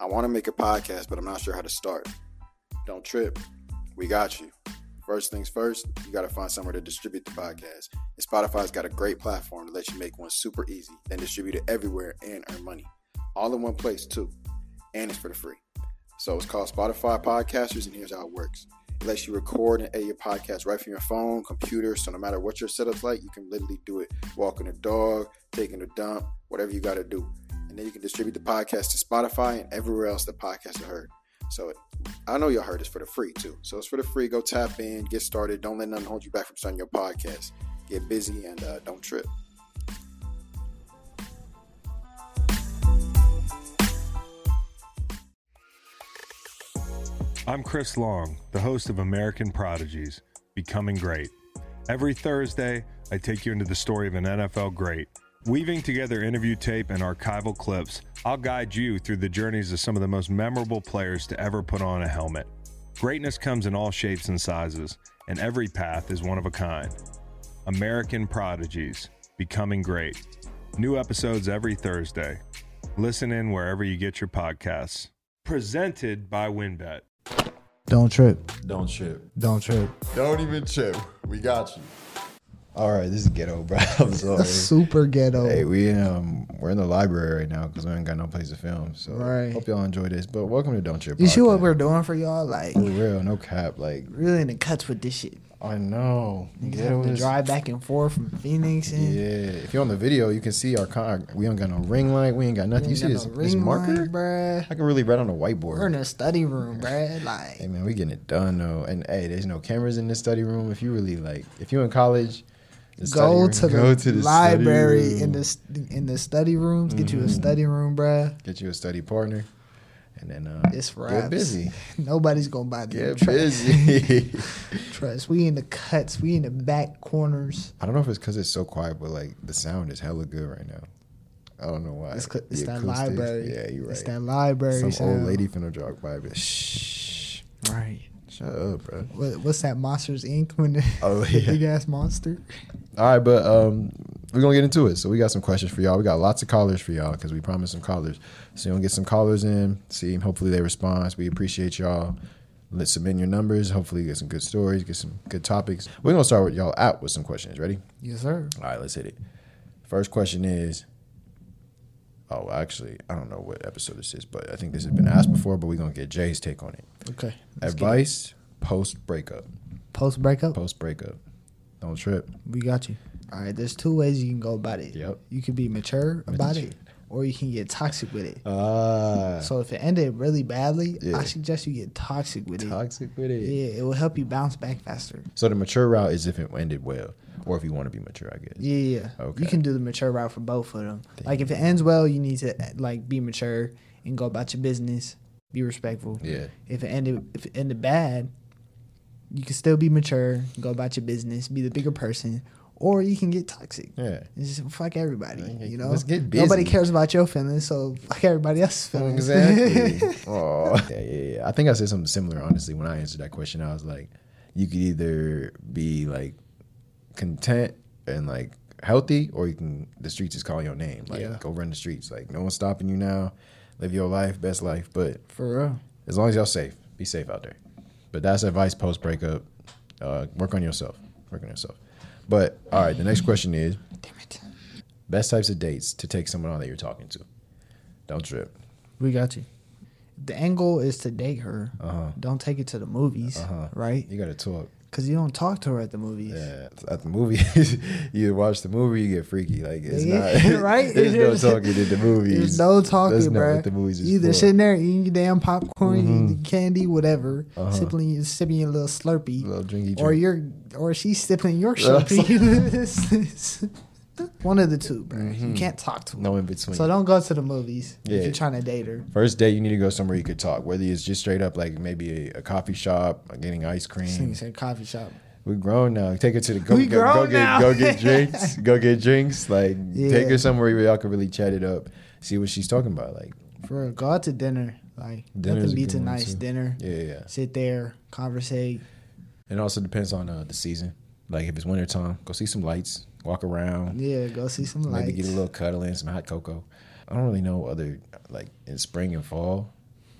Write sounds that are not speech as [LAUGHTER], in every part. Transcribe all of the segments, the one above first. want to make a podcast, but I'm not sure how to start. Don't trip. We got you. First things first, you got to find somewhere to distribute the podcast. And Spotify's got a great platform to let you make one super easy, then distribute it everywhere and earn money. All in one place, too. And it's for the free. So it's called Spotify Podcasters, and here's how it works. It lets you record and edit your podcast right from your phone, computer. So no matter what your setup's like, you can literally do it walking a dog, taking a dump, whatever you got to do. And then you can distribute the podcast to Spotify and everywhere else the podcast is heard. So I know y'all heard it's for the free too. So it's for the free. Go tap in, get started. Don't let nothing hold you back from starting your podcast. Get busy and uh, don't trip. I'm Chris Long, the host of American Prodigies Becoming Great. Every Thursday, I take you into the story of an NFL great. Weaving together interview tape and archival clips, I'll guide you through the journeys of some of the most memorable players to ever put on a helmet. Greatness comes in all shapes and sizes, and every path is one of a kind. American Prodigies Becoming Great. New episodes every Thursday. Listen in wherever you get your podcasts. Presented by WinBet. Don't trip. Don't trip. Don't trip. Don't even trip. We got you. All right, this is ghetto, bro. [LAUGHS] [LAUGHS] I'm sorry. That's super ghetto. Hey, we um we're in the library right now because we ain't got no place to film. So Right. hope y'all enjoy this. But welcome to Don't Trip. you see what Podcast. we're doing for y'all? Like, for real, no cap. Like really in the cuts with this shit. I know. Niggas Ghetto have to is- drive back and forth from Phoenix and Yeah. If you're on the video, you can see our con we don't got no ring light, we ain't got nothing. We You ain't see got this, no this ring marker? light, bruh. I can really write on a whiteboard. we're in a study room, bruh. Like, Hey man, we getting it done though. And hey, there's no cameras in this study room. If you really like, if you in college, the study go room- to the go to the study library in room. Mm-hmm. the st- in the study rooms. Get you a study room, bruh. get you a study partner, and then uh, It's get raps. [LAUGHS] busy. Nobody's gonna buy the Get trust. [LAUGHS] busy. Trust. We in the cuts. We in the back corners. I don't know if it's because it's so quiet, but like the sound is hella good right now. I don't know why. It's, cu- The it's that acoustics- library. Yeah, you're right. It's that library. Some sound. old lady finna jog by, but shh. Right. Shut up, bro. What, what's that Monsters Inc. when the, [LAUGHS] Oh, the yeah. big ass monster? All right, but um, we're gonna get into it. So we got some questions for y'all. We got lots of callers for y'all because we promised some callers. So you gonna get some callers in. See, hopefully they respond. We appreciate y'all. Let's submit your numbers. Hopefully you get some good stories, get some good topics. We're gonna start with y'all out with some questions. Ready? Yes, sir. All right, let's hit it. First question is. Oh, actually, I don't know what episode this is, but I think this has been asked before. But we're gonna get Jay's take on it. Okay. Advice post breakup. Post breakup, Post breakup. Don't trip. we got you. All right, there's two ways you can go about it. Yep. You can be mature about Mature. it, or you can get toxic with it. Ah. So if it ended really badly, Yeah. I suggest you get toxic with toxic with it. it. Yeah, it will help you bounce back faster. So the mature route is if it ended well, or if you want to be mature, I guess. Yeah, yeah. yeah. Okay. You can do the mature route for both of them. Like if it ends well, you need to like be mature and go about your business, be respectful. Yeah. If it ended if it ended bad, you can still be mature, go about your business, be the bigger person, or you can get toxic. Yeah. And just fuck everybody. Yeah, You know, let's get nobody busy. cares about your feelings, so fuck everybody else's feelings. [LAUGHS] [LAUGHS] Exactly. oh. Yeah, yeah, yeah. I think I said something similar, honestly, when I answered that question. I was like, you could either be like content and like healthy, or you can the streets is calling your name. Like Yeah. go run the streets. Like no one's stopping you now. Live your life, best life. But for real. as long as y'all safe, be safe out there. But that's advice post breakup. Uh, work on yourself. Work on yourself. But all right, the next question is Damn it. Best types of dates to take someone on that you're talking to. Don't trip. We got you. The angle is to date her. Uh-huh. Don't take it to the movies, right? You gotta talk. Because you don't talk to her at the movies. Uh-huh. Yeah, at the movies, [LAUGHS] you watch the movie, you get freaky. Like it's Nigga, [LAUGHS] not right? [LAUGHS] There's no There's- talking at the movies. There's no talking, That's bruh. not what the movies is Either for. Mm-hmm. sitting there eating your damn popcorn, eating your candy, whatever, sipping your, sipping your little slurpee, Uh-huh. Little drinky or drink. you're or she's sipping your That's slurpee. [LAUGHS] One of the two, bro. You can't talk to her. Mm-hmm. No in between. So don't go to the movies Yeah. if you're trying to date her. First date, you need to go somewhere you could talk. Whether it's just straight up like maybe a, a coffee shop, like getting ice This nigga cream. said coffee shop. We grown now. Take her to the go We go, go grown now. [LAUGHS] get go get drinks. go get drinks. Like Yeah. take her somewhere where y'all can really chat it up. See what she's talking about. Like For real, go out to dinner. Like Dinner's nothing a beats a good one, nice too. dinner. yeah, yeah, yeah. Sit there, conversate. It also depends on uh, the season. Like if it's wintertime, go see some lights, walk around, Yeah, go see some lights. maybe get a little cuddling, some hot cocoa. I don't really know other like in spring and fall.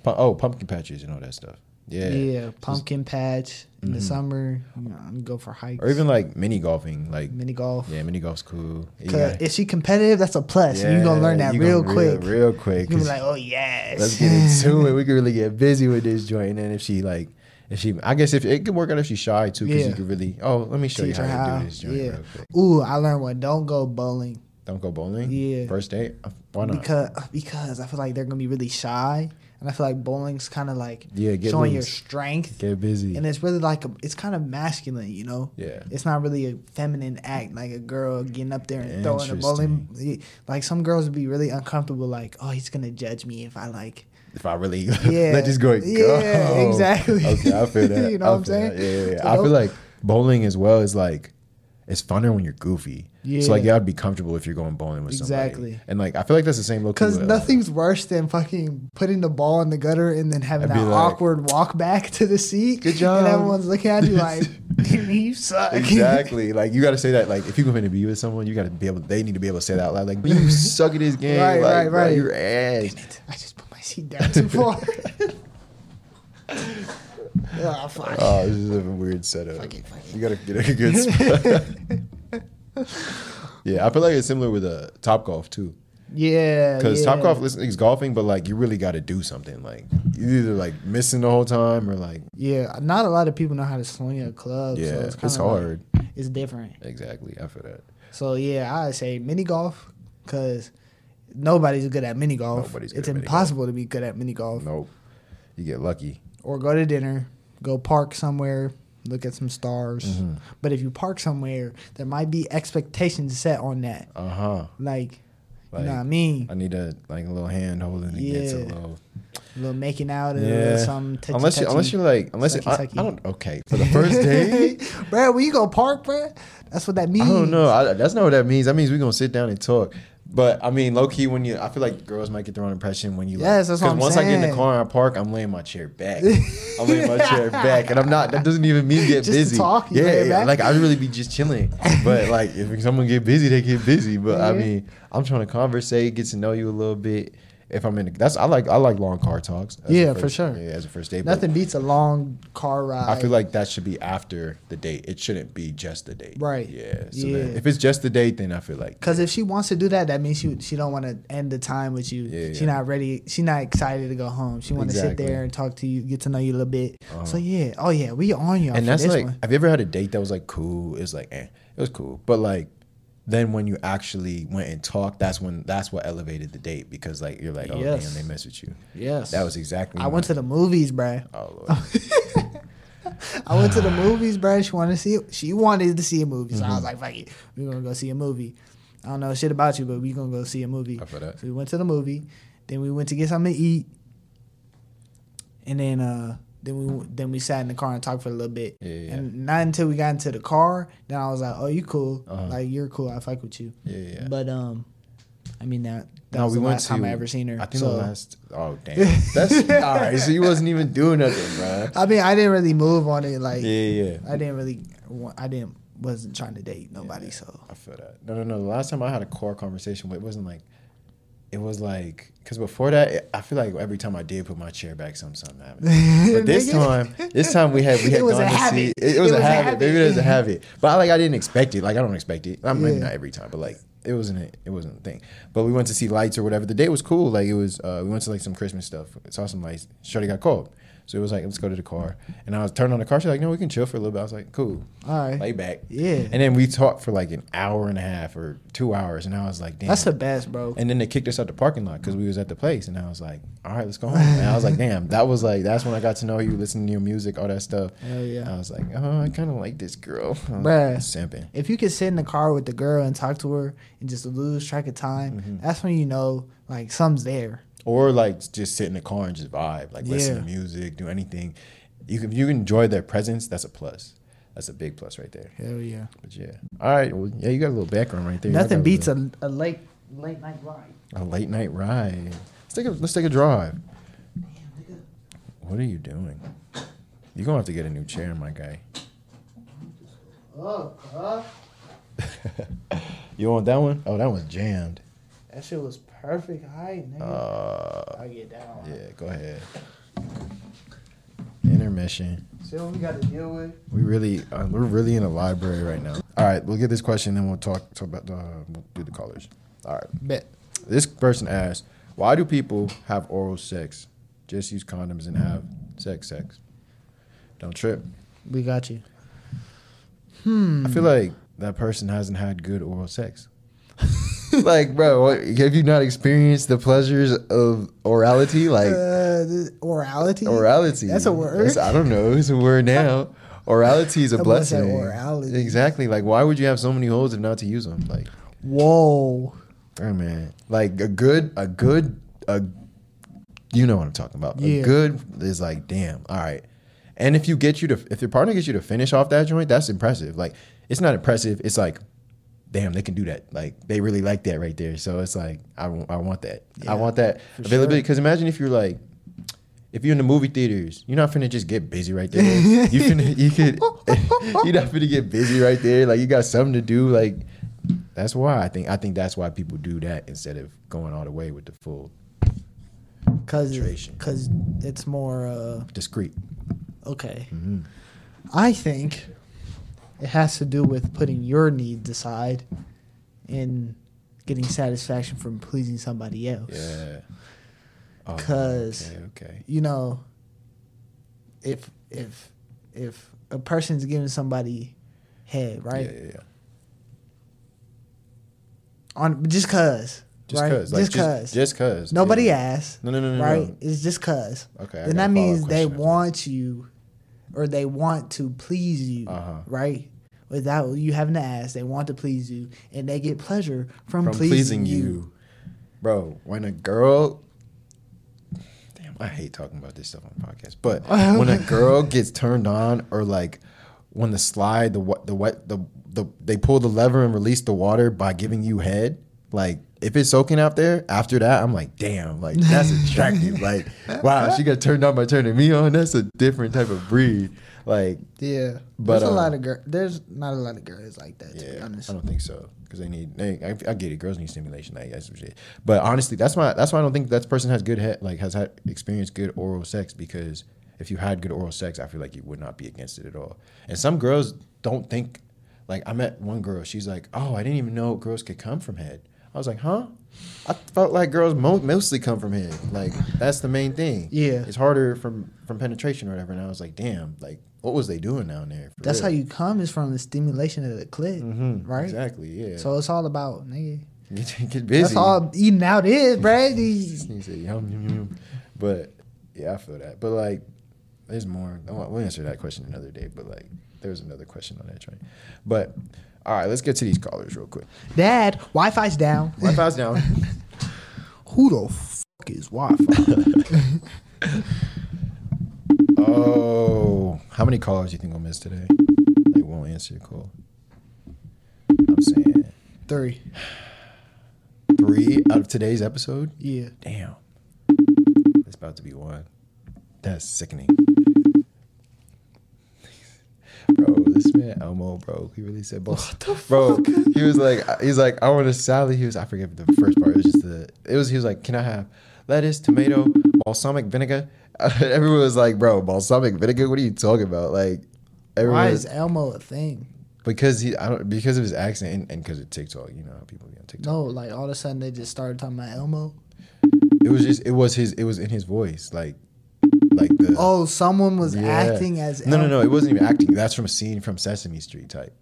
Pu- oh, pumpkin patches and all that stuff. Yeah. Mm-hmm. Yeah, pumpkin patch in the summer. You know, go for hikes Or even like mini golfing. Like, mini golf. yeah, mini golf's cool. You 'Cause got- If she competitive, that's a plus. and you gonna Yeah, learn that you real gonna quick. Real quick. you gonna be 'cause- like, oh yes. let's get into it. We could really get busy with this joint. And then if she like, if she, I guess if it could work out if she's shy too, because Yeah. you could really. Oh, let me show Teach you her how, how. to do this joint yeah. real quick. Ooh, I learned one. Don't go bowling Don't go bowling. Yeah. First date. Uh, Why not? because because I feel like they're gonna be really shy, and I feel like bowling's kind of like Yeah, get showing your loose. strength, get busy. and it's really like a, it's kind of masculine, you know. Yeah. It's not really a feminine act like a girl getting up there and throwing a bowling. yeah, Like some girls would be really uncomfortable, like oh he's gonna judge me if I like if I really [LAUGHS] Yeah. let this go. Yeah, go. exactly. [LAUGHS] Okay, [LAUGHS] I feel that. You know I what I'm feel saying? that. Yeah, yeah, yeah. So I feel don't- like bowling as well is like it's funner when you're goofy. Yeah. Yeah. So like y'all would be comfortable if you're going bowling with somebody. Exactly. And like I feel like that's the same uh, local. Because [LAUGHS] nothing's worse than fucking putting the ball in the gutter and then having I'd be that like, awkward walk back to the seat. "Good job." And everyone's looking [LAUGHS] at you like, you suck. [LAUGHS] Exactly. Like you got to say that. Like if you're going to be with someone, you got to be able. They need to be able to say that out loud. Like [LAUGHS] you suck at this game. Right, like, right, bro, right. You're ass. [LAUGHS] I just put my seat down too [LAUGHS] far. [LAUGHS] oh, fuck. Oh, this is a weird setup. You got to get a good [LAUGHS] spot. [LAUGHS] yeah, I feel like it's similar with uh, top golf too. yeah. Because Oh, yeah. Top Golf listen, it's golfing, but like you really got to do something. Like you either like missing the whole time or like Yeah. Not a lot of people know how to swing a club. yeah, So it's, it's, kinda like- hard. it's different. exactly, I feel that. So yeah, I say mini golf because nobody's good at mini golf. Nobody's good it's at mini golf. impossible to be good at mini golf. Nope, you get lucky. or go to dinner, go park somewhere, look at some stars. Mm-hmm. But if you park somewhere, there might be expectations set on that. Uh huh. Like, Like you know what I mean? I need a like a little hand holding to get to a Yeah. little A little making out or yeah. something. Touchy, unless you unless you're like unless it, Sucky, I, I sucky. don't okay for the [LAUGHS] first date. Brad, where you go park, Brad? That's what that means. I don't know. I, that's not what that means. That means we're gonna sit down and talk. But I mean, low key, when you, I feel like girls might get the wrong impression when you. Yes, that's what I'm Because once I get in the saying. car and I park, I'm laying my [LAUGHS] chair back. I'm laying my chair back, and I'm not. That doesn't even mean get Just to busy. talk, you lay yeah, it yeah, back? like I'd really be just chilling. [LAUGHS] But like, if someone get busy, they get busy. But I Yeah. mean, I'm trying to conversate, get to know you a little bit. If I'm in, that's I like I like long car talks. as a Yeah, for first- sure. Yeah, as a first date. but Nothing beats a long car ride. I feel like that should be after the date. It shouldn't be just the date. Right. Yeah. So Yeah. then- if it's just the date, then I feel like Cause if she wants to do that, that means she she don't want to end the time with you. Yeah, She yeah. not ready. She not excited to go home. She want to Exactly. Uh-huh. sit there and talk to you, get to know you a little bit. So yeah, oh yeah, we on y'all. and for that's this like, one. have you ever had a date that was like cool? It's like, eh, it was cool, but like, then when you actually went and talked, that's when that's what elevated the date because like you're like, oh Yes. damn, they mess with you. yes, That was exactly. I went to the movies, bruh. Oh [LAUGHS] Lord. I went to the Oh. movies, bruh. She wanted to see. She wanted to see a movie, so I Mm-hmm. was like, "Fuck it, we gonna go see a movie." I don't know shit about you, but we gonna go see a movie. I feel that. So we went to the movie. Then we went to get something to eat, and then uh, then we then we sat in the car and talked for a little bit. Yeah, yeah, yeah. And not until we got into the car, then I was like, "Oh, you cool? Like you're cool. I fuck with you." Uh-huh. Yeah, yeah. But um, I mean that that No, was the last time I ever seen her. I think so. the last. Oh damn. [LAUGHS] That's [LAUGHS] all right. So you wasn't even doing nothing, bro. I mean, I didn't really move on it like. Yeah, yeah. I didn't really. wa- I didn't. Wasn't trying to date nobody. So I feel that. No, no, no. The last time I had a core conversation, with, it wasn't like, it was like, because before that, it, I feel like every time I did put my chair back, something, [LAUGHS] something happened. But this Nigga. time, this time we had we [LAUGHS] had It was a gone to see. habit. It, it was a habit. Maybe it [LAUGHS] was a habit. But I, like I didn't expect it. Like I don't expect it. I mean, maybe Yeah. not every time, but like it wasn't a, it wasn't a thing. But we went to see lights or whatever. The day was cool. Like it was. Uh, we went to like some Christmas stuff. Saw some lights. Shorty got cold. So it was like, let's go to the car. And I was turning on the car. She's like, no, we can chill for a little bit. I was like, cool. All right. Lay back. Yeah. And then we talked for like an hour and a half or two hours, and I was like, "Damn." that's the best, bro. and then they kicked us out the parking lot because we was at the place, and I was like, "All [LAUGHS] right, let's go home." And I was like, "Damn, that was like that's when I got to know you, listen to your music, all that stuff." Hell yeah. I was like, "Oh, I kind of like this girl." [LAUGHS] I was Bruh. simping. if you could sit in the car with the girl and talk to her and just lose track of time, that's when you know like something's there. or like just sit in the car and just vibe, like listen to Yeah. music, do anything. You can you enjoy their presence. That's a plus. That's a big plus right there. Hell yeah. But yeah, all right. Well, yeah, you got a little background right there. Nothing beats a, a, a late late night ride. a late night ride. Let's take a let's take a drive. Damn, nigga. What are you doing? You're gonna have to get a new chair, my guy. Oh, God. You want that one? Oh, that one's jammed. That shit was perfect height, nigga. I get down. Yeah, go ahead. Intermission. See what we got to deal with? We really, uh, we're really in a library right now. All right, we'll get this question, then we'll talk, talk about the, uh, we'll do the callers. All right. Bet. This person asked, why do people have oral sex? Just use condoms and have sex, sex. Don't trip. We got you. I feel Mm-hmm. like that person hasn't had good oral sex. [LAUGHS] like, bro, what, have you not experienced the pleasures of orality? Like, Uh, this- orality? Orality. That's a word? I don't know. It's a [LAUGHS] word now. Orality is a Someone said blessing. orality. Exactly. Like, why would you have so many holes if not to use them? Like, Whoa. oh man. Like a good, a good, a. You know what I'm talking about. Yeah. A good is like, damn. All right. And if you get you to, if your partner gets you to finish off that joint, that's impressive. Like, it's not impressive. It's like, damn, they can do that. Like, they really like that right there. So it's like, I, w- I want that. I want that availability. Because imagine if you're like, if you're in the movie theaters, you're not finna just get busy right there. you finna, you could, [LAUGHS] you're not finna get busy right there. Like you got something to do. Like that's why I think I think that's why people do that instead of going all the way with the full Because Penetration. it's more, uh, discreet. okay. Mm-hmm. I think it has to do with putting your needs aside and getting satisfaction from pleasing somebody else. Yeah. Oh, Because okay, okay. you know, if if if a person's giving somebody head, right? Yeah, yeah, yeah. On just cause, Just right? cause, like, just cause, just cause. nobody yeah. asks, No, no, no, no, right? no. It's just cause. Mm-hmm. Okay, I then got a that means follow-up they question. want you, or they want to please you, Uh-huh. right? Without you having to ask, they want to please you, and they get pleasure from, from pleasing you, bro. When a girl, damn, I hate talking about this stuff on podcasts, [LAUGHS] but when a girl gets turned on, or like when the slide, the what, the what, the the they pull the lever and release the water by giving you head, like. If it's soaking out there, after that, I'm like, damn, like [LAUGHS] that's attractive. like, wow, she got turned on by turning me on. That's a different type of breed. Like, Yeah, But, there's a uh, lot of girl. There's not a lot of girls like that. to be yeah, honest. I don't think so because they need. They, I, I get it. Girls need stimulation. I guess some shit. But honestly, that's why. That's why I don't think that person has good head. Like has had experienced good oral sex because if you had good oral sex, I feel like you would not be against it at all. And some girls don't think. Like I met one girl. She's like, oh, I didn't even know girls could come from head. I was like, huh? I felt like girls mo- mostly come from head. Like that's the main thing. Yeah. it's harder from from penetration or whatever. And I was like, damn, like what was they doing down there? for That's real? how you come is from the stimulation of the clit, right? Mm-hmm. Exactly. Yeah. So it's all about nigga. Get, [LAUGHS] get busy. That's all eating out is, bruh. These- He said, yum, yum, yum. But yeah, I feel that. But like, there's more. I want- We'll answer that question another day. But like, there's another question on that train. But all right, let's get to these callers real quick. Dad, Wi-Fi's [LAUGHS] down. Wi Fi's down. Who the fuck is Wi-Fi? [LAUGHS] Oh, how many callers do you think we'll miss today? They won't answer your call. I'm saying Three. three out of today's episode. Yeah. Damn. It's about to be one. That's sickening. Bro, this man Elmo, bro, he really said both. bro, he was like, he's like, I want a salad. He was, I forget the first part. It was just the, it was, he was like, can I have lettuce, tomato, balsamic vinegar? [LAUGHS] everyone was like, bro, balsamic vinegar? What are you talking about? Like, everyone, Why was- is Elmo a thing? because he, I don't, because of his accent and because of TikTok, you know how people be on TikTok. No, like all of a sudden they just started talking about Elmo. It was just, it was his, it was in his voice, like, like the. Oh, someone was Yeah. acting as no, Elmo. no, no. It wasn't even acting. That's from a scene from Sesame Street type.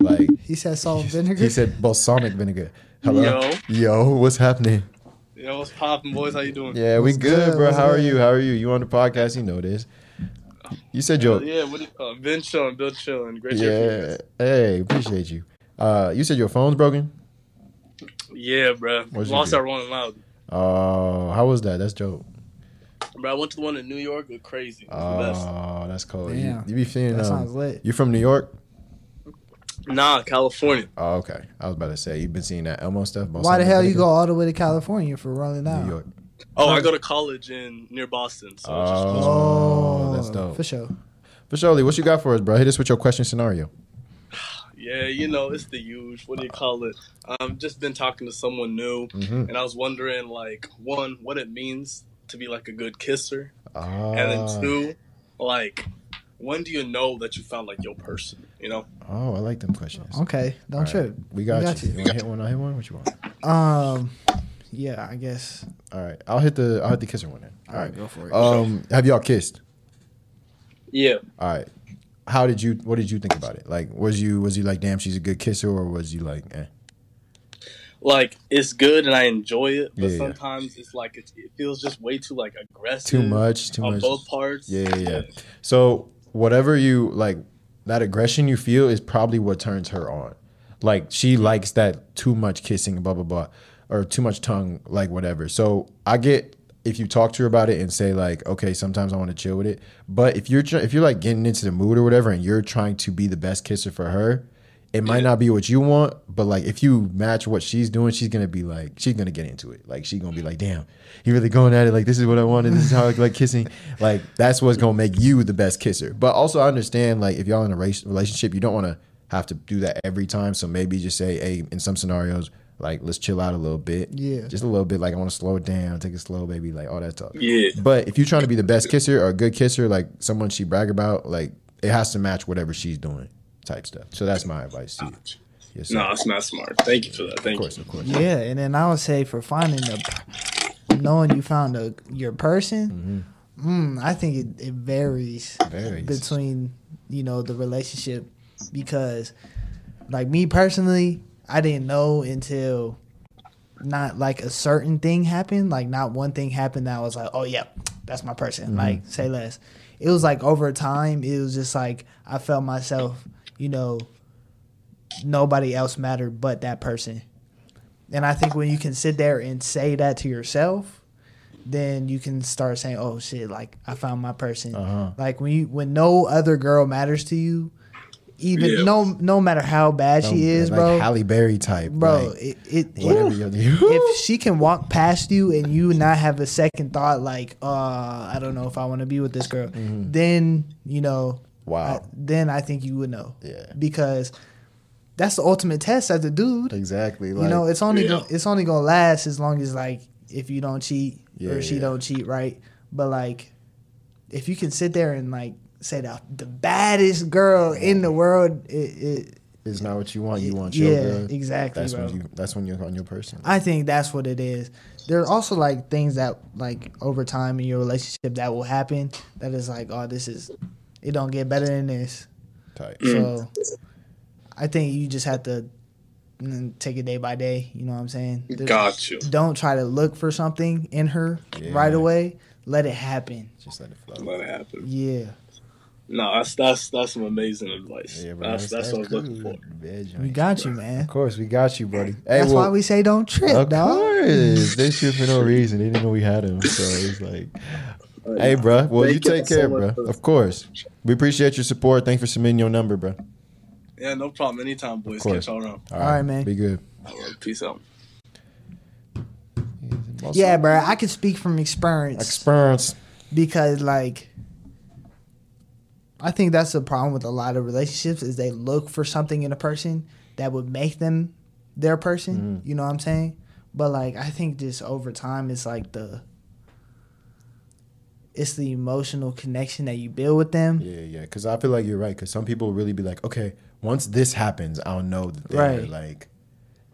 Like He said salt and Oh, vinegar. he said, balsamic vinegar. Hello, Yo. yo, what's happening? Yo, what's poppin', boys? How you doing? Yeah, we What's good, good? bro. What's How are good? you? How are you? You on the podcast? You know this. You said your Yeah, what do you call it? Ben chilling, Bill chilling. Great to hear from you yeah. guys. Hey, appreciate you. Uh, you said your phone's broken. Yeah, bro. What'd you Lost do? our one loud. Oh, how was that? That's dope. Bro, I went to the one in New York. It was crazy. It was the Oh, that's cold. You, Damn. you be feeling That um, sounds lit. You from New York? best. Nah, California. Oh, okay. I was about to say you've been seeing that Elmo stuff. Why the balsamic hell you vinegar? go all the way to California for running out? New York? Oh, I go to college in near Boston. So it's just close. Oh, Oh, that's dope. For sure. For surely, what you got for us, bro? Hit us with your question scenario. Yeah, you know, it's the huge. What do you call it? I've just been talking to someone new, Mm-hmm. and I was wondering, like, one, what it means to be like a good kisser, and Ah. then two, like, when do you know that you found like your person? You know, Oh, I like them questions. Okay, don't All right, trip. We got, We got you. you. You want to hit one? I hit one. What you want? Um, yeah, I guess. All right, I'll hit the I'll hit the kisser one then. All All right. right, go for it. Um, have y'all kissed? yeah. All right. How did you? What did you think about it? Like, was you was you like, damn, she's a good kisser, or was you like, eh? like it's good and I enjoy it, but Yeah, yeah. sometimes it's like it, it feels just way too like aggressive. too much, too on much? both parts. Yeah, yeah, yeah. So whatever you like, that aggression you feel is probably what turns her on. Like she likes that too much kissing, blah blah blah, or too much tongue, like whatever. So I get if you talk to her about it and say like, okay, sometimes I want to chill with it. But if you're tr- if you're like getting into the mood or whatever, and you're trying to be the best kisser for her. It might not be what you want, but like if you match what she's doing, she's gonna be like, she's gonna get into it. Like she's gonna be like, damn, he really going at it. Like this is what I wanted. This is how I like kissing. Like that's what's gonna make you the best kisser. But also I understand like if y'all in a race, relationship, you don't want to have to do that every time. So maybe just say, hey, in some scenarios, like let's chill out a little bit. Yeah. just a little bit. Like I want to slow it down, take it slow, baby. Like all that talk. Yeah. But if you're trying to be the best kisser or a good kisser, like someone she brag about, like it has to match whatever she's doing, type stuff. So that's my advice to you. Yes, sir. No, it's not smart. Thank you for that. of Thank you. course, of course. Yeah, and then I would say for finding the, knowing you found a, your person, mm, I think it, it varies, Varies. between you know the relationship because, like me personally, I didn't know until, not like a certain thing happened, like not one thing happened that I was like, oh yeah, that's my person. Mm-hmm. Like say less. It was like over time, it was just like I felt myself, you know. Nobody else mattered but that person. And I think when you can sit there and say that to yourself, then you can start saying, "Oh shit, like I found my person." Uh-huh. Like when you when no other girl matters to you, even Yeah. no no matter how bad Um, she is, like bro. Halle Berry type, bro, like, it, it, whatever it you [LAUGHS] if she can walk past you and you not have a second thought like, "Uh, I don't know if I want to be with this girl." Then, you know, Mm-hmm. Wow. I- then I think you would know. Yeah. Because that's the ultimate test as a dude [LAUGHS] exactly. Like, you know, it's only Yeah. gon- it's only gonna last as long as like if you don't cheat Yeah, or she yeah. don't cheat, right? But like, if you can sit there and like say the the baddest girl in the world, it, it it's not what you want. You want your yeah, girl. exactly, That's when bro. you. That's when you're on your person. I think that's what it is. There are also like things that like over time in your relationship that will happen that is like, oh, this is it don't get better than this. Type. So I think you just have to mm, take it day by day. You know what I'm saying? There's- Got you. don't try to look for something in her Yeah. right away. Let it happen. Just let it flow. Let it happen. Yeah, No, that's that's that's some amazing advice. Yeah, bro. that's, that's what I was looking for. good, man, we Johnny. got you, Of man. course, we got you, buddy. Hey, That's well, why we say don't Of trip, dog. course, they shoot for no reason. They didn't know we had him, so it's like, hey, bro. Well, Thank you you take so care, much bro. for the- Of course, we appreciate your support. Thanks for submitting your number, bro. Yeah, no problem. Anytime, boys. course. Catch y'all around. All right, man. Be good. All right, peace out. Yeah, bro. I can speak from experience Experience. because, like, I think that's the problem with a lot of relationships is they look for something in a person that would make them their person. Mm-hmm. You know what I'm saying? But like, I think just over time, it's like the it's the emotional connection that you build with them. Yeah, yeah. Because I feel like you're right. Because some people really be like, okay, once this happens, I'll know that they're Right. like,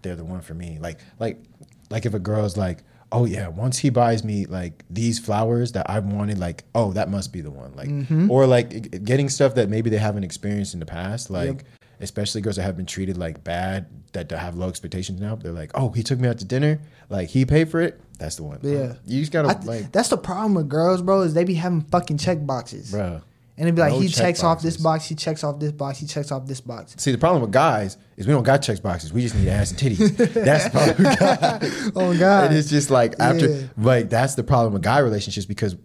they're the one for me. Like, like, like if a girl's like, oh yeah, once he buys me like these flowers that I've wanted, like, oh, that must be the one. Like, Mm-hmm. or like g- getting stuff that maybe they haven't experienced in the past, like. Especially girls that have been treated like bad, that have low expectations now. They're like, "Oh, he took me out to dinner. Like he paid for it. That's the one." Yeah. you just gotta I th- like, that's the problem with girls, bro. Is they be having fucking check boxes, bro. and it'd be like No he check checks off this boxes. box, he checks off this box, he checks off this box. See, the problem with guys is we don't got check boxes. We just need ass and titties. That's the problem with guys. [LAUGHS] Oh God, And it's just like after, Yeah. like that's the problem with guy relationships because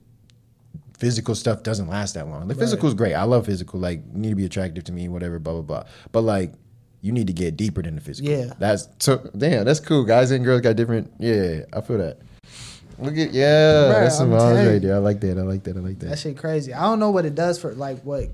physical stuff doesn't last that long. The physical's great. I love physical. Like you need to be attractive to me, whatever, blah blah blah. But like you need to get deeper than the physical. Yeah. That's so damn. That's cool. Guys and girls got different. Yeah, I feel that. Look at yeah, Right, that's some I'm telling knowledge you. right there. I like that. I like that. I like that. that shit crazy. I don't know what it does for like what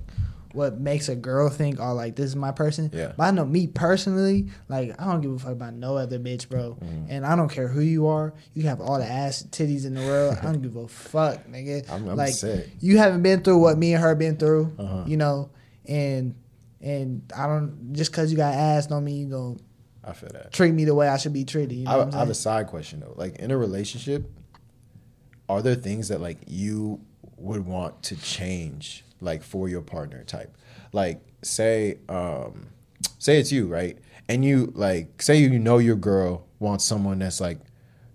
what makes a girl think, oh, like this is my person. Yeah. But I know me personally, like I don't give a fuck about no other bitch, bro. Mm-hmm. And I don't care who you are. You have all the ass titties in the world. I don't give [LAUGHS] a fuck, nigga. I'm- Uh-huh. I'm like sick. you haven't been through what me and her been through, you know, and and I don't just cause you got ass don't mean you gonna I feel that. treat me the way I should be treated. You know I, what I'm I have a saying? side question though. Like in a relationship, are there things that like you would want to change like for your partner type? Like say um say it's you, right? And you like say you know your girl wants someone that's like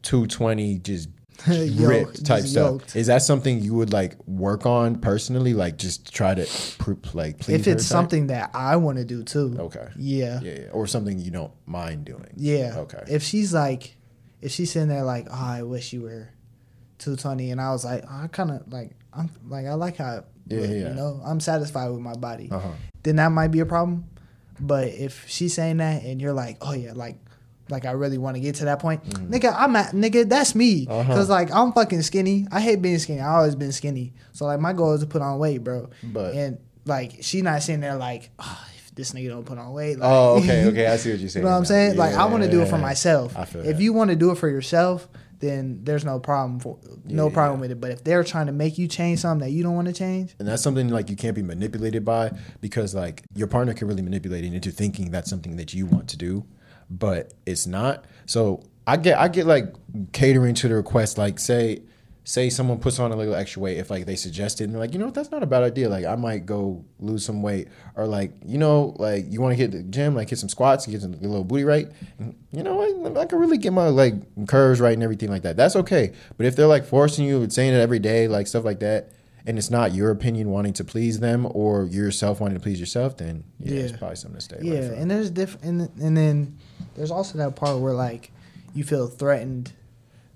220 just [LAUGHS] Yoked, ripped type just stuff. yoked. Is that something you would like work on personally like just try to pr- like please if her it's type? something that I want to do too. Okay. Yeah. yeah, yeah, or something you don't mind doing. Yeah. Okay. If she's like, if she's sitting there like, oh, I wish you were 220, and I was like, oh, I kind of like, I'm like, I like how, I look, Yeah, yeah. Uh-huh. you know, I'm satisfied with my body. Then that might be a problem. But if she's saying that and you're like, oh yeah, like, like I really want to get to that point, Mm. nigga. I'm at nigga. That's me, Uh-huh. cause like I'm fucking skinny. I hate being skinny. I always been skinny. So like my goal is to put on weight, bro. But- and like she not sitting there like, oh, if this nigga don't put on weight. Like, Oh, [LAUGHS] okay, okay. I see what you're saying. You know what I'm now. saying? Like I want to do it for Yeah. myself. I feel if that. you want to do it for yourself, then there's no problem for no Yeah. problem with it. But if they're trying to make you change something that you don't want to change, and that's something like you can't be manipulated by because like your partner can really manipulate it into thinking that's something that you want to do but it's not so i get i get like catering to the request like say say someone puts on a little extra weight if like they suggested and they're like you know what, that's not a bad idea like i might go lose some weight or like you know like you want to hit the gym like hit some squats get some, a little booty right And you know what i can really get my like curves right and everything like that that's okay but if they're like forcing you and saying it every day like stuff like that and it's not your opinion wanting to please them or yourself wanting to please yourself, then yeah, it's Yeah. probably something to stay away yeah. from. And there's different, and, and then there's also that part where like you feel threatened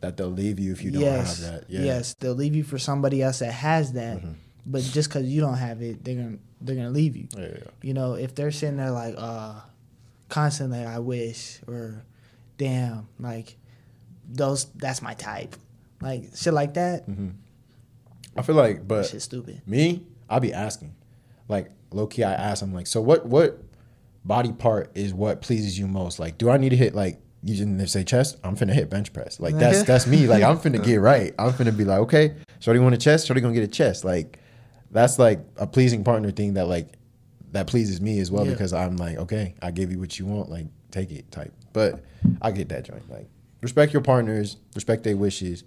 that they'll leave you if you don't yes, have that. Yeah. Mm-hmm. Yes, they'll leave you for somebody else that has that. But just because you don't have it, they're gonna they're gonna leave you. Yeah, yeah. You know, if they're sitting there like uh, constantly, I wish or damn, like those that's my type, like shit like that. Mm-hmm. I feel like, but Shit's stupid. me, I'll be asking. Like, low key, I ask them, like, so what, what body part is what pleases you most? Like, do I need to hit, like, you didn't say chest? I'm finna hit bench press. Like, [LAUGHS] that's that's me. Like, I'm finna get right. I'm finna be like, okay, Shorty want a chest? Shorty gonna get a chest. Like, that's like a pleasing partner thing that, like, that pleases me as well Yeah. because I'm like, okay, I give you what you want, like take it type. But I get that joint. Like respect your partners, respect their wishes,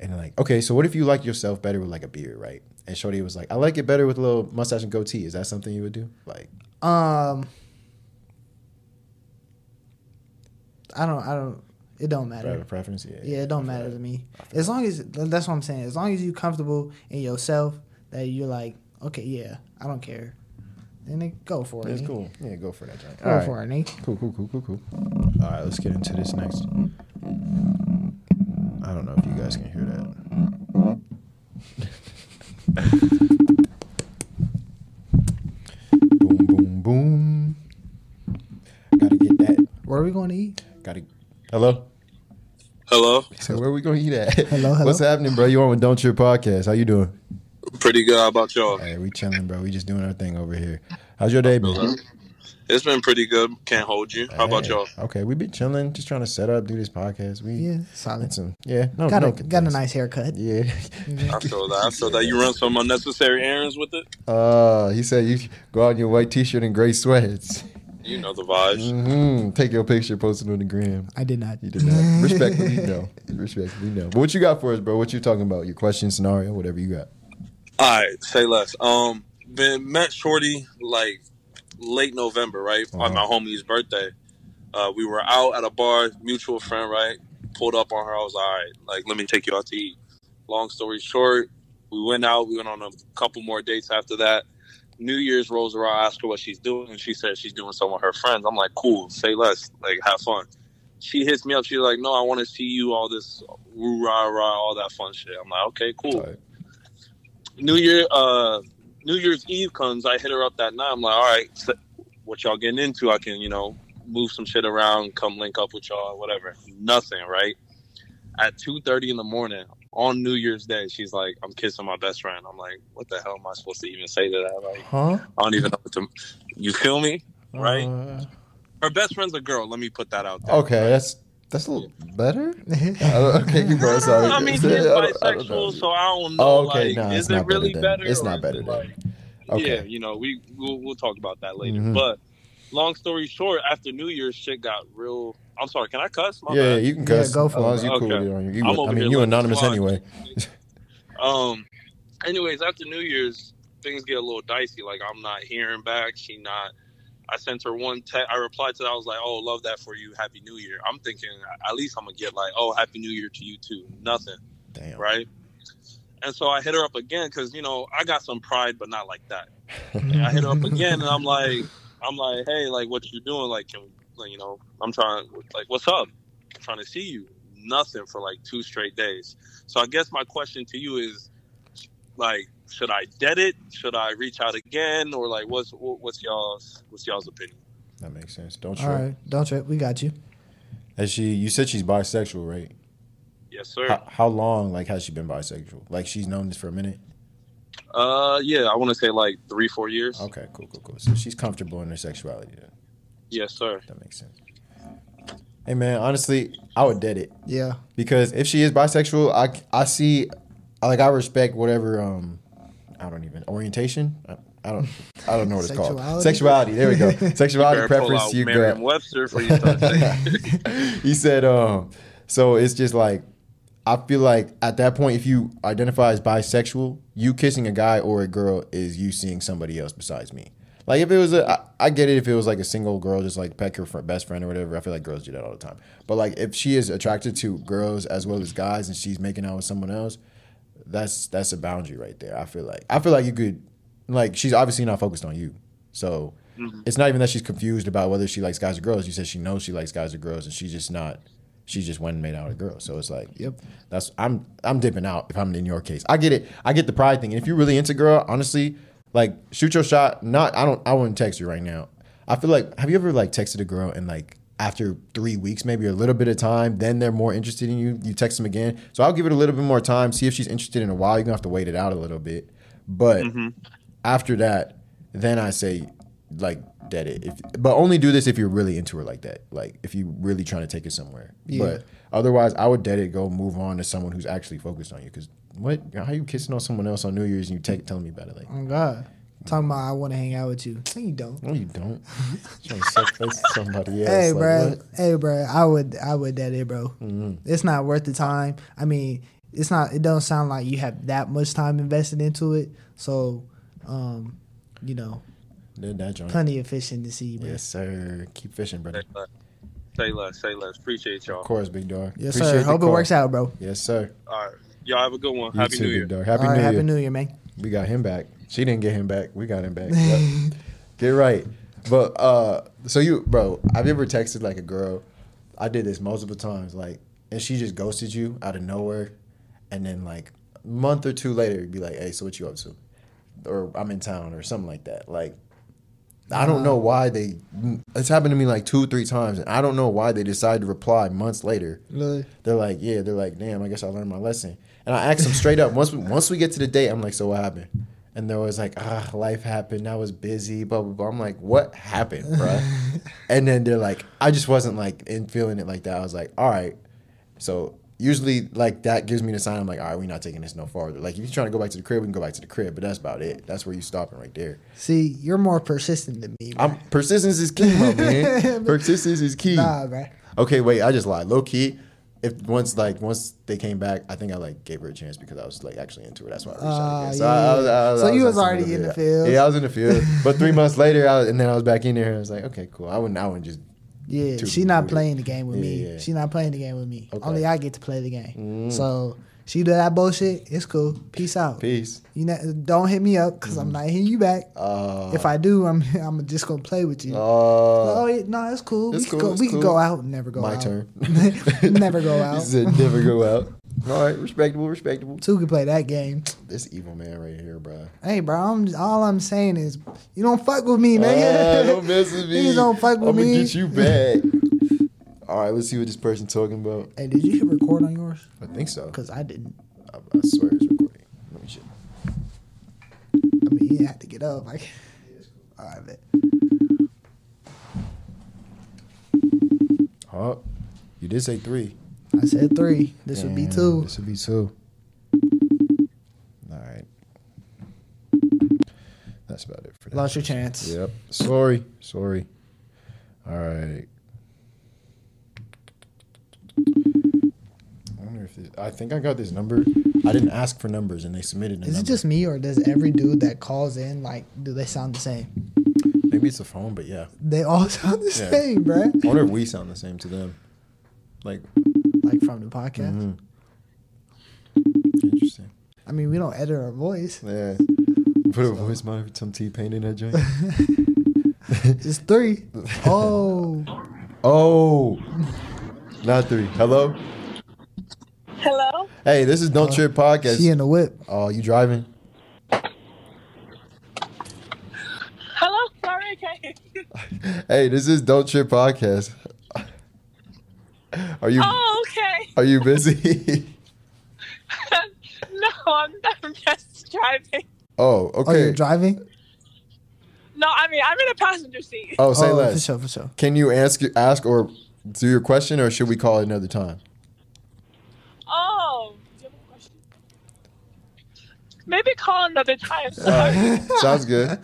and like, okay, so what if you like yourself better with like a beard, right? And Shorty was like, I like it better with a little mustache and goatee. Is that something you would do? Like, Um, I don't, I don't. It don't matter. private preference? Yeah. Yeah, it don't matter to me. As long as that's what I'm saying. As long as you comfortable in yourself, that you're like, okay, yeah, I don't care. Then they go for it. It's nigga. cool. Yeah, go for that joint. Go All right. for it, nigga. Cool, cool, cool, cool, cool. All right, let's get into this next. I don't know if you guys can hear that. [LAUGHS] boom, boom, boom. Gotta get that. Where are we going to eat? Gotta. Hello. Hello. So where we gonna eat at? Hello, hello. What's happening, bro? You on with Don't Trip podcast? How you doing? Pretty good. How about y'all? Hey, we chilling, bro. We just doing our thing over here. How's your day been? It's been pretty good. Can't hold you. How about Hey, [LAUGHS] y'all? Okay, we been chilling, just trying to set up, do this podcast. We Yeah, solid. That's some, yeah, no, Got no a good got a things. nice haircut. Yeah. I feel that. I feel that you run some unnecessary errands with it. [LAUGHS] Uh, he said you go out in your white t-shirt and gray sweats. You know the vibes. hmm Take your picture, post it on the gram. I did not. You [LAUGHS] did that. Respectfully, no. Respectfully, no. But what you got for us, bro? What you talking about? Your question, scenario, whatever you got. All right, say less. Um, been met Shorty like late November, right? On my homie's birthday. Uh, we were out at a bar, mutual friend, right? Pulled up on her. I was like, all right, like let me take you out to eat. Long story short, we went out. We went on a couple more dates after that. New Year's rolls around. I asked her what she's doing, and she said she's doing some with her friends. I'm like, cool. Say less. Like have fun. She hits me up. She's like, no, I want to see you. All this roo rah rah, all that fun shit. I'm like, okay, cool. Like, New Year, uh, New Year's Eve comes. I hit her up that night. I'm like, all right, so what y'all getting into? I can, you know, move some shit around, come link up with y'all, whatever. Nothing, right? At two thirty in the morning, on New Year's Day, she's like, "I'm kissing my best friend." I'm like, "What the hell am I supposed to even say to that?" Like, Huh? I don't even know what to. You feel me? Right? Uh, Her best friend's a girl. Let me put that out there. okay, that's that's a little [LAUGHS] better. I don't, okay, keep going. Sorry. [LAUGHS] I mean, [LAUGHS] she's I don't- I don't know. bisexual, so I don't know. Oh, okay, like, nah, is it's it not better really than- better? it's or not is better it, than- like- Okay. Yeah, you know, we we'll, we'll talk about that later. Mhm. But long story short, after New Year's, shit got real. I'm sorry, can I cuss? My yeah, yeah, bad. you can Yeah, cuss go as for long it. as you cool. Okay. You know, you, I'm over I mean, here you letting anonymous squad- anyway. Um. Anyways, after New Year's, things get a little dicey. Like I'm not hearing back. She not. I sent her one text. I replied to that. I was like, "Oh, love that for you. Happy New Year." I'm thinking at least I'm gonna get like, "Oh, Happy New Year to you too." Nothing. Damn. right? And so I hit her up again because you know I got some pride, but not like that. And [LAUGHS] I hit [LAUGHS] her up again, and I'm like, I'm like, hey, like what you doing? Like, can, like, you know, I'm trying, like, what's up? I'm trying to see you. Nothing for like two straight days. So I guess my question to you is, like, should I dead it? Should I reach out again, or like, what's what's y'all's what's y'all's opinion? That makes sense. Don't [LAUGHS] All trip. right, don't trip. We got you. Has she? You said she's bisexual, right? Yes, sir. How, how long? Like, has she been bisexual? Like, she's known this for a minute. Uh, yeah, I want to say like three, four years. Okay, cool, cool, cool. So she's comfortable in her sexuality. Then. Yes, sir. That makes sense. Hey man, honestly, I would dead it Yeah. because if she is bisexual, I I see, like I respect whatever um, I don't even orientation. I, I don't I don't know what it's called. Sexuality? Sexuality. There we go. Sexuality Better pull preference. out You Merriam got. Webster for [LAUGHS] you. to say. he said, um, so it's just like, I feel like at that point, if you identify as bisexual, you kissing a guy or a girl is you seeing somebody else besides me. Like if it was a, I, I get it if it was like a single girl, just like peck her fr- best friend or whatever. I feel like girls do that all the time. But like if she is attracted to girls as well as guys and she's making out with someone else, that's that's a boundary right there. I feel like I feel like you could like she's obviously not focused on you. So it's not even that she's confused about whether she likes guys or girls. You said she knows she likes guys or girls and she's just not she just went and made out with girls. So it's like Yep. That's I'm I'm dipping out if I'm in your case. I get it. I get the pride thing. And if you're really into girl, honestly, like shoot your shot. Not I don't I wouldn't text you right now. I feel like have you ever like texted a girl and like after three weeks, maybe a little bit of time, then they're more interested in you. You text them again. So I'll give it a little bit more time, see if she's interested in a while. You're gonna have to wait it out a little bit. But after that, then I say like dead it. If, but only do this if you're really into her like that. Like if you really trying to take it somewhere. But otherwise, I would dead it. Go move on to someone who's actually focused on you. Because what? How you kissing on someone else on New Year's and you take telling me about it? Like Oh God. Talking about I want to hang out with you. No, you don't. no, you don't. trying to suck face to somebody else. Hey, like, bro. what? Mm-hmm. Hey, bro. I would. I would that it, bro. It's not worth the time. I mean, it's not. It don't sound like you have that much time invested into it. So, um, you know, Did that joint. plenty of fishing to see, bro. Yes, sir. Keep fishing, brother. Say less. Say less. Say less. Appreciate Of y'all. course, big dog. Yes, Appreciate sir. the Hope it call. works out, bro. Yes, sir. All right. Y'all have a good one. You Happy too, New Year. big dog. Happy All right. New Happy Year. New Year, man. We got him back. She didn't get him back. We got [LAUGHS] him back. [LAUGHS] Yep. get right. But uh so you bro, have you ever texted like a girl? I did this multiple times, like, and she just ghosted you out of nowhere, and then like a month or two later, you'd be like, Hey, so what you up to? Or I'm in town or something like that. Like I don't know why they it's happened to me like two, three times, and I don't know why they decide to reply months later. Really? They're like, yeah. They're like, damn. I guess I learned my lesson. And I asked them straight up. Once we, once we get to the date, I'm like, so what happened? And they're always like, ah, life happened. I was busy. Blah blah blah. I'm like, what happened, bruh? and then they're like, I just wasn't like in feeling it like that. I was like, all right. So usually like that gives me the sign. I'm like, all right, we're not taking this no farther. Like if you're trying to go back to the crib, we can go back to the crib. But that's about it. That's where you stopping right there. See, you're more persistent than me. Bro. I'm persistence is key, my man. persistence is key. nah, bro. Okay, wait, I just lied. Low key, if once like once they came back, I think I like gave her a chance because I was like actually into her. That's why I reached out Ah, again. yeah, I, I was- I yeah. So I you on was some already other- in the yeah. field. Yeah, I was in [LAUGHS] the field. But three months later, I was, and then I was back in there. And I was like, okay, cool. I wouldn't. I wouldn't just. Yeah, Too she not weird. playing the game with Yeah, me. yeah. She not playing the game with me. Okay. Mm. Only I get to play the game. So she do that bullshit. It's cool. Peace out. Peace. Mm. You know, don't hit me up because I'm not hitting you back. Uh, if I do, I'm [LAUGHS] I'm just gonna play with you. uh, oh yeah, no, it's cool. it's we cool, could go, it's we could cool. go out. and Never go my out. turn. [LAUGHS] never [LAUGHS] go He out. said never go out. All right, respectable, respectable. Two could play that game. This evil man right here, bro. Hey, bro, I'm, all I'm saying is you don't fuck with me, nigga. Ah, don't mess [LAUGHS] with me. Niggas don't fuck with I'm me. gonna get you [LAUGHS] back. All right, let's see what this person talking about. Hey, did you hit record on yours? I think so. Cause I didn't. I swear it's recording. Let me check. I mean, he didn't have to get up. Like, all right, bet. Oh, you did say three. I said three. This would be Damn, two. This would be two. All right. That's about it for that. Lost your chance. Yep. Sorry. Sorry. All right. I wonder if this, I think I got this number. I didn't ask for numbers, and they submitted. A Is it number. just me, or does every dude that calls in like do they sound the same? maybe it's a phone? But yeah, They all [LAUGHS] sound the Yeah. same, bruh. I wonder if we sound the same to them. Like Like from the podcast. interesting. I mean, we don't edit our voice. Yeah. Put a voice mod for some T Pain in that joint. It's [LAUGHS] three. Oh, oh, not three. Hello. Hello? Hey, this is Don't Trip Podcast. she in the whip. Oh, you driving? Hello? Sorry, okay. Hey, this is Don't Trip Podcast. Are you Oh, okay. [LAUGHS] are you busy? no, I'm, I'm just driving. oh, Oh, you're okay. driving? No, I mean, I'm in a passenger seat. Oh, say oh, for less. sure, for sure. Can you ask ask or do your question, or should we call it another time? Oh. do you have a question? Maybe call another time. All right. Sounds good.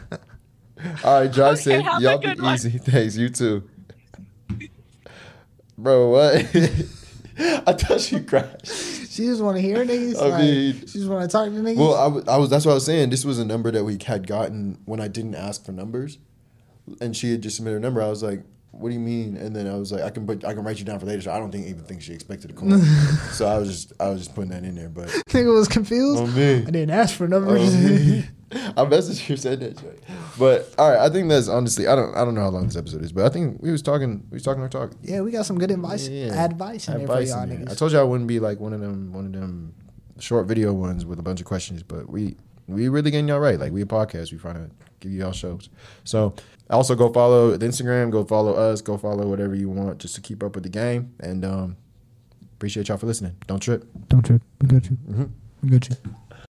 All right, drive Okay, safe. have a Y'all be good one. easy. [LAUGHS] Thanks. You too. Bro, what? [LAUGHS] I thought you crashed. She just want to hear niggas. I like, mean- she just want to talk to niggas. Well, I, wa- I was. That's what I was saying. This was a number that we had gotten when I didn't ask for numbers, and she had just submitted a number. I was like, "What do you mean?" And then I was like, "I can put. I can write you down for later." So I don't think even think she expected a [LAUGHS] call. so I was just. I was just putting that in there. But nigga was confused. on me. I didn't ask for Oh. numbers. [LAUGHS] I messaged you said that shit. But all right, I think that's honestly I don't I don't know how long this episode is, but I think we was talking we was talking our talk. yeah, we got some good advice. Yeah. Advice in Advice there for y'all in there. niggas. I told you I wouldn't be like one of them one of them short video ones with a bunch of questions, but we we really getting y'all right. Like we a podcast, we trying to give y'all shows. So also go follow the Instagram, go follow us, go follow whatever you want just to keep up with the game. And um appreciate y'all for listening. Don't trip. Don't trip. We got you. We got you.